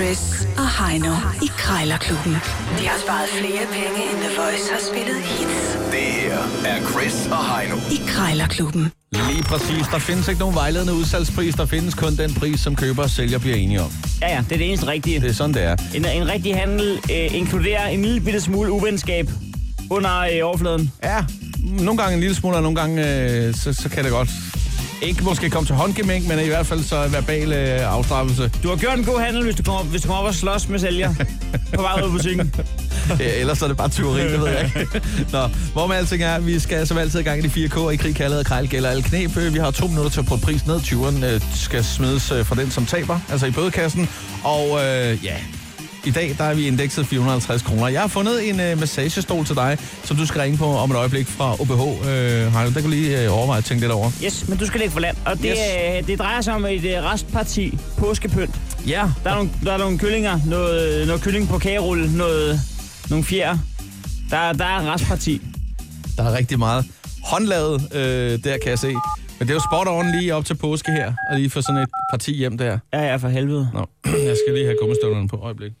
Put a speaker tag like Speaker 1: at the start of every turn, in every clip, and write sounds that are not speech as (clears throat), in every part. Speaker 1: Chris og Heino i Krejlerklubben. De har sparet flere penge, end The Voice har spillet hits
Speaker 2: Det her er Chris og Heino.
Speaker 1: i Krejlerklubben.
Speaker 3: Lige præcis. Der findes ikke nogen vejledende udsalgspris. Der findes kun den pris, som køber og sælger bliver enige om.
Speaker 4: Ja, ja, det er det eneste rigtige.
Speaker 3: Det er sådan, det er.
Speaker 4: En, en rigtig handel øh, inkluderer en lille bitte smule uvenskab under øh, overfladen.
Speaker 3: Ja, nogle gange en lille smule, og nogle gange øh, så, så kan det godt. Ikke måske komme til håndgemæng, men i hvert fald så verbal øh, afstraffelse.
Speaker 4: Du har gjort en god handel, hvis du kommer, hvis du kommer op og slås med
Speaker 3: (laughs)
Speaker 4: sælger på vej ud af butikken.
Speaker 3: Ja, ellers er det bare tyveri, det ved jeg ikke. Nå, hvor med alting er, vi skal som altid i gang i de 4K, og i krig kaldet krejl gælder alle knep. Øh, Vi har to minutter til at putte prisen ned. 20'eren øh, skal smides øh, fra den, som taber, altså i bødekassen. Og øh, ja, i dag der er vi indekset 450 kroner. Jeg har fundet en øh, massagestol til dig, som du skal ringe på om et øjeblik fra OBH. Øh, Heino, der kan du lige øh, overveje at tænke lidt over.
Speaker 4: Yes, men du skal ligge for land. Og det,
Speaker 3: Yes.
Speaker 4: yes. øh, det drejer sig om et øh, restparti påskepynt.
Speaker 3: Ja,
Speaker 4: Der er nogle, der er nogle kyllinger, noget, noget kylling på kagerulle, noget, nogle fjer. Der, der er restparti.
Speaker 3: der er rigtig meget håndlavet øh, der, kan jeg se. Men det er jo spot on lige op til påske her, og lige få sådan et parti hjem der.
Speaker 4: Ja, ja, for helvede.
Speaker 3: Nå, (clears throat) jeg skal lige have gummistøvlerne på øjeblik.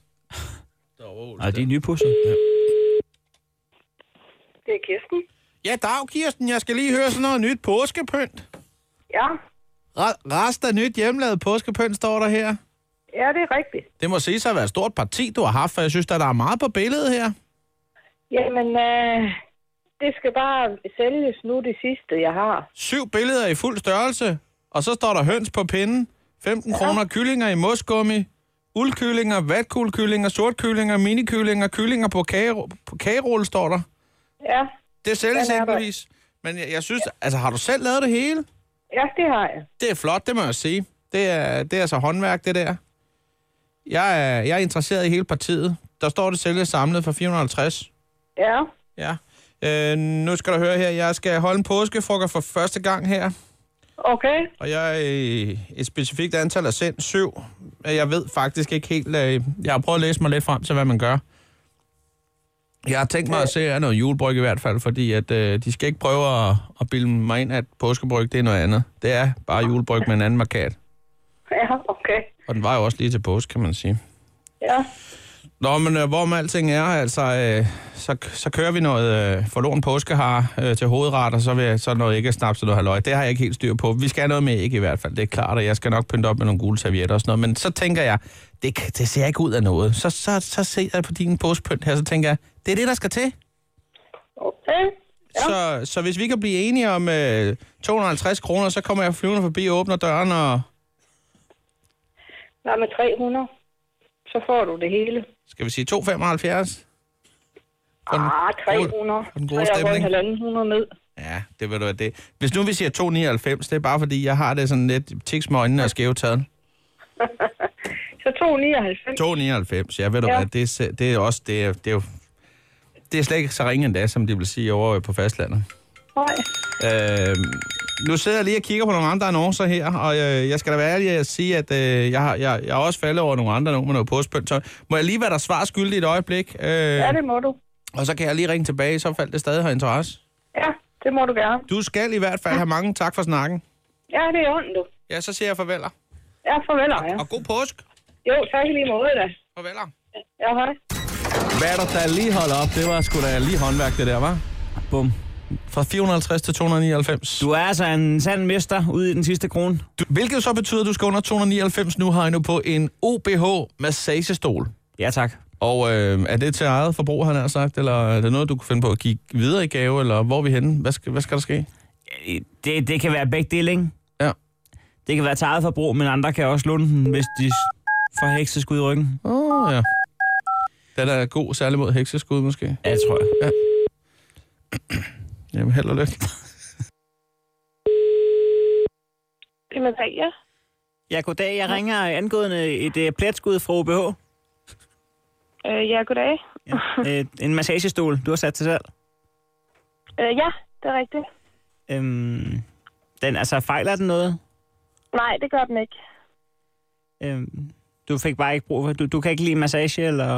Speaker 3: Der er overhovedet
Speaker 4: Nej,
Speaker 3: der.
Speaker 4: de er nypusset.
Speaker 5: Det er Kirsten.
Speaker 3: Ja, dag Kirsten, jeg skal lige høre sådan noget nyt påskepynt.
Speaker 5: Ja,
Speaker 3: Re- rest af nyt hjemmelavet påskepynt står der her.
Speaker 5: ja det er rigtigt.
Speaker 3: Det må sige sig at være et stort parti, du har haft, for jeg synes, at der er meget på billedet her.
Speaker 5: Jamen, øh, det skal bare sælges nu det sidste, jeg har.
Speaker 3: Syv billeder i fuld størrelse, og så står der høns på pinden, 15 ja. kroner kyllinger i mosgummi, uldkyllinger, vatkuglkyllinger, sortkyllinger, minikyllinger, kyllinger på, kage, på kagerulle, står der.
Speaker 5: Ja,
Speaker 3: Det sælges
Speaker 5: Den er der.
Speaker 3: enkeltvis. Men jeg, jeg synes, altså har du selv lavet det hele?
Speaker 5: ja det har jeg.
Speaker 3: Det er flot, det må jeg sige. Det er, det er altså håndværk, det der. Jeg er, jeg er interesseret i hele partiet. Der står det sælges samlet for 450.
Speaker 5: Ja,
Speaker 3: Ja. Øh, nu skal du høre her, jeg skal holde en påskefrokost for første gang her.
Speaker 5: okay.
Speaker 3: Og jeg øh, et specifikt antal er sendt syv. Jeg ved faktisk ikke helt... Øh, jeg har prøvet at læse mig lidt frem til, hvad man gør. Jeg har tænkt mig at se af noget julebryg i hvert fald, fordi at, øh, de skal ikke prøve at, at bilde mig ind, at påskebryg det er noget andet. Det er bare julebryg med en anden markat.
Speaker 5: Ja, okay.
Speaker 3: Og den var jo også lige til påske, kan man sige.
Speaker 5: Ja,
Speaker 3: Nå, men øh, hvor med alting er, altså, øh, så, så kører vi noget øh, forlån påskehar øh, til hovedret, og så, vil, jeg- så noget ikke snaps og noget halvøj. Det har jeg ikke helt styr på. Vi skal have noget med ikke i hvert fald, det er klart, og jeg skal nok pynte op med nogle gule servietter og sådan noget. Men så tænker jeg, det, kan- det ser ikke ud af noget. Så, så, så ser jeg på din påskepynt her, så tænker jeg, det er det, der skal til.
Speaker 5: okay.
Speaker 3: Ja. Så, så hvis vi kan blive enige om øh, 250 kroner, så kommer jeg flyvende forbi og åbner døren, og
Speaker 5: Nej, med 300, så får du det hele.
Speaker 3: skal vi sige 275? For den
Speaker 5: Ah,
Speaker 3: gode-
Speaker 5: 300.
Speaker 3: for den gode
Speaker 5: Så er jeg
Speaker 3: stemning.
Speaker 5: gået halvanden hundrede ned.
Speaker 3: Ja, det vil du være det. Hvis nu vi siger 299, det er bare fordi, jeg har det sådan lidt tiks med øjnene og skævetaget.
Speaker 5: Så 299.
Speaker 3: 299, ja, ved du ja.
Speaker 5: Ja.
Speaker 3: hvad, det er, se- det er også, det er, det er jo, det er slet ikke så ringe endda, som de vil sige over på fastlandet.
Speaker 5: Nej.
Speaker 3: Øh, nu sidder jeg lige og kigger på nogle andre annoncer her, og øh, jeg skal da være ærlig at sige, at øh, jeg, har, jeg, jeg er også faldet over nogle andre nogle med noget påspønt. Så må jeg lige være der svar skyldig et øjeblik, øh,
Speaker 5: Ja,
Speaker 3: ja,
Speaker 5: det må du.
Speaker 3: og så kan jeg lige ringe tilbage, i så faldt det stadig har interesse.
Speaker 5: Ja, det må du gerne.
Speaker 3: Du skal i hvert fald have mange tak for snakken.
Speaker 5: Ja, det er ondt, du.
Speaker 3: Ja, så siger jeg farveler.
Speaker 5: Ja, farvel, ja.
Speaker 3: Og god påsk.
Speaker 5: Jo, tak i lige måde, da.
Speaker 3: Farveler.
Speaker 5: Ja, hej.
Speaker 3: Hvad er der, der lige holdt op? Det var sgu da lige håndværk, det der, var.
Speaker 4: Bum.
Speaker 3: Fra 450 til 299. Du,
Speaker 4: Du er altså en sand mester ude i den sidste krone.
Speaker 3: du, hvilket så betyder, at du skal under 299 nu, Heino, på en OBH-massagestol.
Speaker 4: Ja, tak.
Speaker 3: Og øh, er det til eget forbrug, han har sagt? Eller er det noget, du kunne finde på at give videre i gave? Eller hvor er vi henne? Hvad skal, hvad skal der ske?
Speaker 4: Øh, Det, det kan være begge dele, ikke?
Speaker 3: Ja.
Speaker 4: Det kan være til eget forbrug, men andre kan også låne den, hvis de s- får hekseskud i ryggen.
Speaker 3: Åh, oh, ja. Den er god, særlig mod hekseskud, måske.
Speaker 4: Ja, det tror jeg.
Speaker 3: Jamen, held og lykke.
Speaker 5: Det er Maria.
Speaker 4: Ja, goddag. Jeg ringer angående et øh, pletskud fra OBH.
Speaker 5: Øh, ja, goddag.
Speaker 4: Ja. øh, en massagestol, du har sat til salg.
Speaker 5: Øh, ja, det er rigtigt.
Speaker 4: Øhm, den, altså, fejler den noget?
Speaker 5: Nej, det gør den ikke.
Speaker 4: Øhm, du fik bare ikke brug for... Du, du kan ikke lide massage, eller...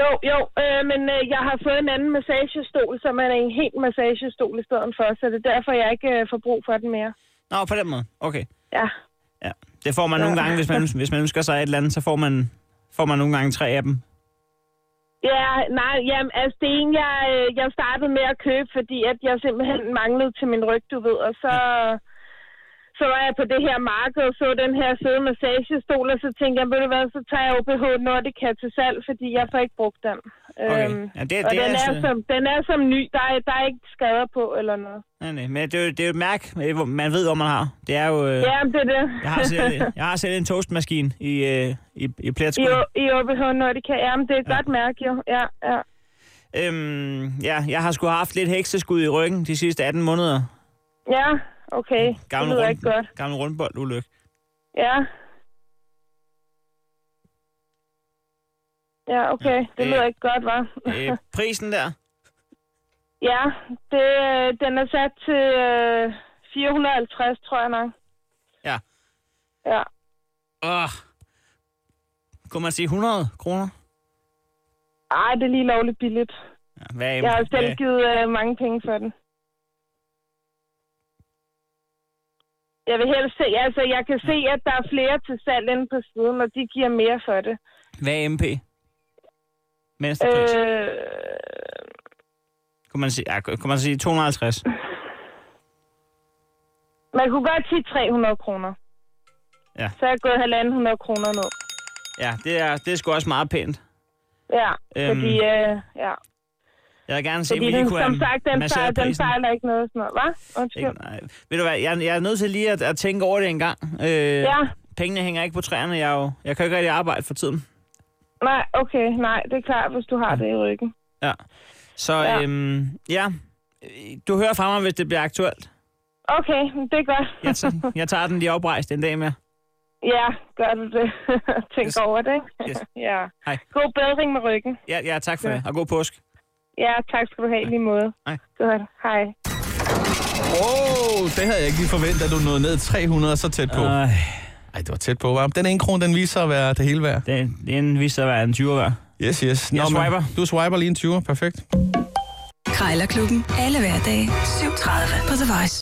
Speaker 5: Jo, jo, øh, men øh, jeg har fået en anden massagestol, som er en helt massagestol i stedet for, så det er derfor, jeg ikke øh, får brug for den mere.
Speaker 4: Nå, på den måde. Okay.
Speaker 5: Ja,
Speaker 4: Ja. Det får man
Speaker 5: Ja.
Speaker 4: nogle gange, hvis man, hvis man ønsker sig et eller andet, så får man får man nogle gange tre af dem.
Speaker 5: Ja, nej, jamen, altså det er en, jeg, øh, jeg startede med at købe, fordi at jeg simpelthen manglede til min ryg, du ved, og så, så var jeg på det her marked og så den her søde massagestol, og så tænkte jeg, ved du hvad, så tager jeg OBH Nordica til salg, fordi jeg får ikke brugt den. Øhm,
Speaker 4: Okay. Ja, det-
Speaker 5: og
Speaker 4: det er
Speaker 5: den, er
Speaker 4: altså-
Speaker 5: som, den er som ny, der er, der er ikke skader på eller noget.
Speaker 4: Nej, nej, men det er, jo, det er jo et mærke, øh, hvor man ved, hvor man har. Det er jo... Øh,
Speaker 5: Ja, men det er det.
Speaker 4: jeg, har
Speaker 5: (laughs)
Speaker 4: selv, jeg har selv en toastmaskine i, øh, i, i
Speaker 5: I,
Speaker 4: pletsko.
Speaker 5: O- I OBH Nordica, ja, men det er et ja. godt mærke jo, ja, ja.
Speaker 4: Øhm, ja, jeg har sgu haft lidt hekseskud i ryggen de sidste 18 måneder.
Speaker 5: Ja, okay, det
Speaker 4: Gammel,
Speaker 5: lyder ikke godt.
Speaker 4: gammel rundbold
Speaker 5: (laughs)
Speaker 4: ulykke.
Speaker 5: Ja. Ja, okay. Det
Speaker 4: øh.
Speaker 5: lyder ikke godt, hva'?
Speaker 4: Øh, prisen der?
Speaker 5: Ja, det, øh, den er sat til øh, 450, tror jeg nok.
Speaker 4: Ja.
Speaker 5: Ja.
Speaker 4: Åh. Kunne man sige 100 kroner?
Speaker 5: Ej, det er lige lovligt billigt.
Speaker 4: Ja, hvad,
Speaker 5: Jeg har
Speaker 4: hvad-
Speaker 5: selv givet øh, mange penge for den. Jeg vil helst se, altså jeg kan se, at der er flere til salg inde på siden, og de giver mere for det.
Speaker 4: Hvad er MP? Mesterpris. Øh...
Speaker 5: Øh,
Speaker 4: Kunne, man sige, ja, kunne man sige 250?
Speaker 5: man kunne godt sige 300 kroner.
Speaker 4: Ja.
Speaker 5: Så er jeg gået 1.500 kroner ned.
Speaker 4: Ja, det er, det er sgu også meget pænt.
Speaker 5: Ja,
Speaker 4: Øhm,
Speaker 5: øhm, fordi, øh, ja.
Speaker 4: Jeg vil gerne se, om
Speaker 5: fordi
Speaker 4: vi
Speaker 5: den,
Speaker 4: lige kunne
Speaker 5: som sagt, den,
Speaker 4: masseret
Speaker 5: fejler, den
Speaker 4: prisen.
Speaker 5: fejler ikke noget sådan noget, hva'? Undskyld.
Speaker 4: Ikke, nej. Ved du hvad, jeg, jeg er nødt til lige at, at tænke over det en gang. Øh,
Speaker 5: Ja,
Speaker 4: Pengene hænger ikke på træerne. Jeg, er jo, jeg kan jo ikke rigtig arbejde for tiden.
Speaker 5: nej, okay, nej, det er klart, hvis du har det i ryggen.
Speaker 4: Ja. Så ja.
Speaker 5: Ja.
Speaker 4: Øhm, ja, Øh, du hører fra mig, hvis det bliver aktuelt.
Speaker 5: Okay, det er godt.
Speaker 4: Jeg, tager- jeg tager den lige oprejst en dag mere.
Speaker 5: (laughs) Ja, gør du det. (laughs)
Speaker 4: Yes.
Speaker 5: Tænk yes. over det, ikke?
Speaker 4: Yes.
Speaker 5: (laughs) ja.
Speaker 4: Hej.
Speaker 5: God bedring med ryggen.
Speaker 4: Ja, ja tak for
Speaker 5: Ja.
Speaker 4: det, og god påske.
Speaker 5: Ja, tak skal du have i lige måde.
Speaker 4: Hej.
Speaker 5: Godt, hej.
Speaker 3: Åh, oh, det havde jeg ikke lige forventet, at du nåede ned 300 så tæt på.
Speaker 4: Øh,
Speaker 3: Nej, det var tæt på, var Den ene krone, den viser sig at være det hele værd.
Speaker 4: den, den viste sig at være en 20'er værd.
Speaker 3: Yes, yes.
Speaker 4: Jeg
Speaker 3: men
Speaker 4: swiper.
Speaker 3: Du swiper lige en 20'er, perfekt.
Speaker 1: Krejlerklubben. Alle hverdage. 7.30 på The Voice.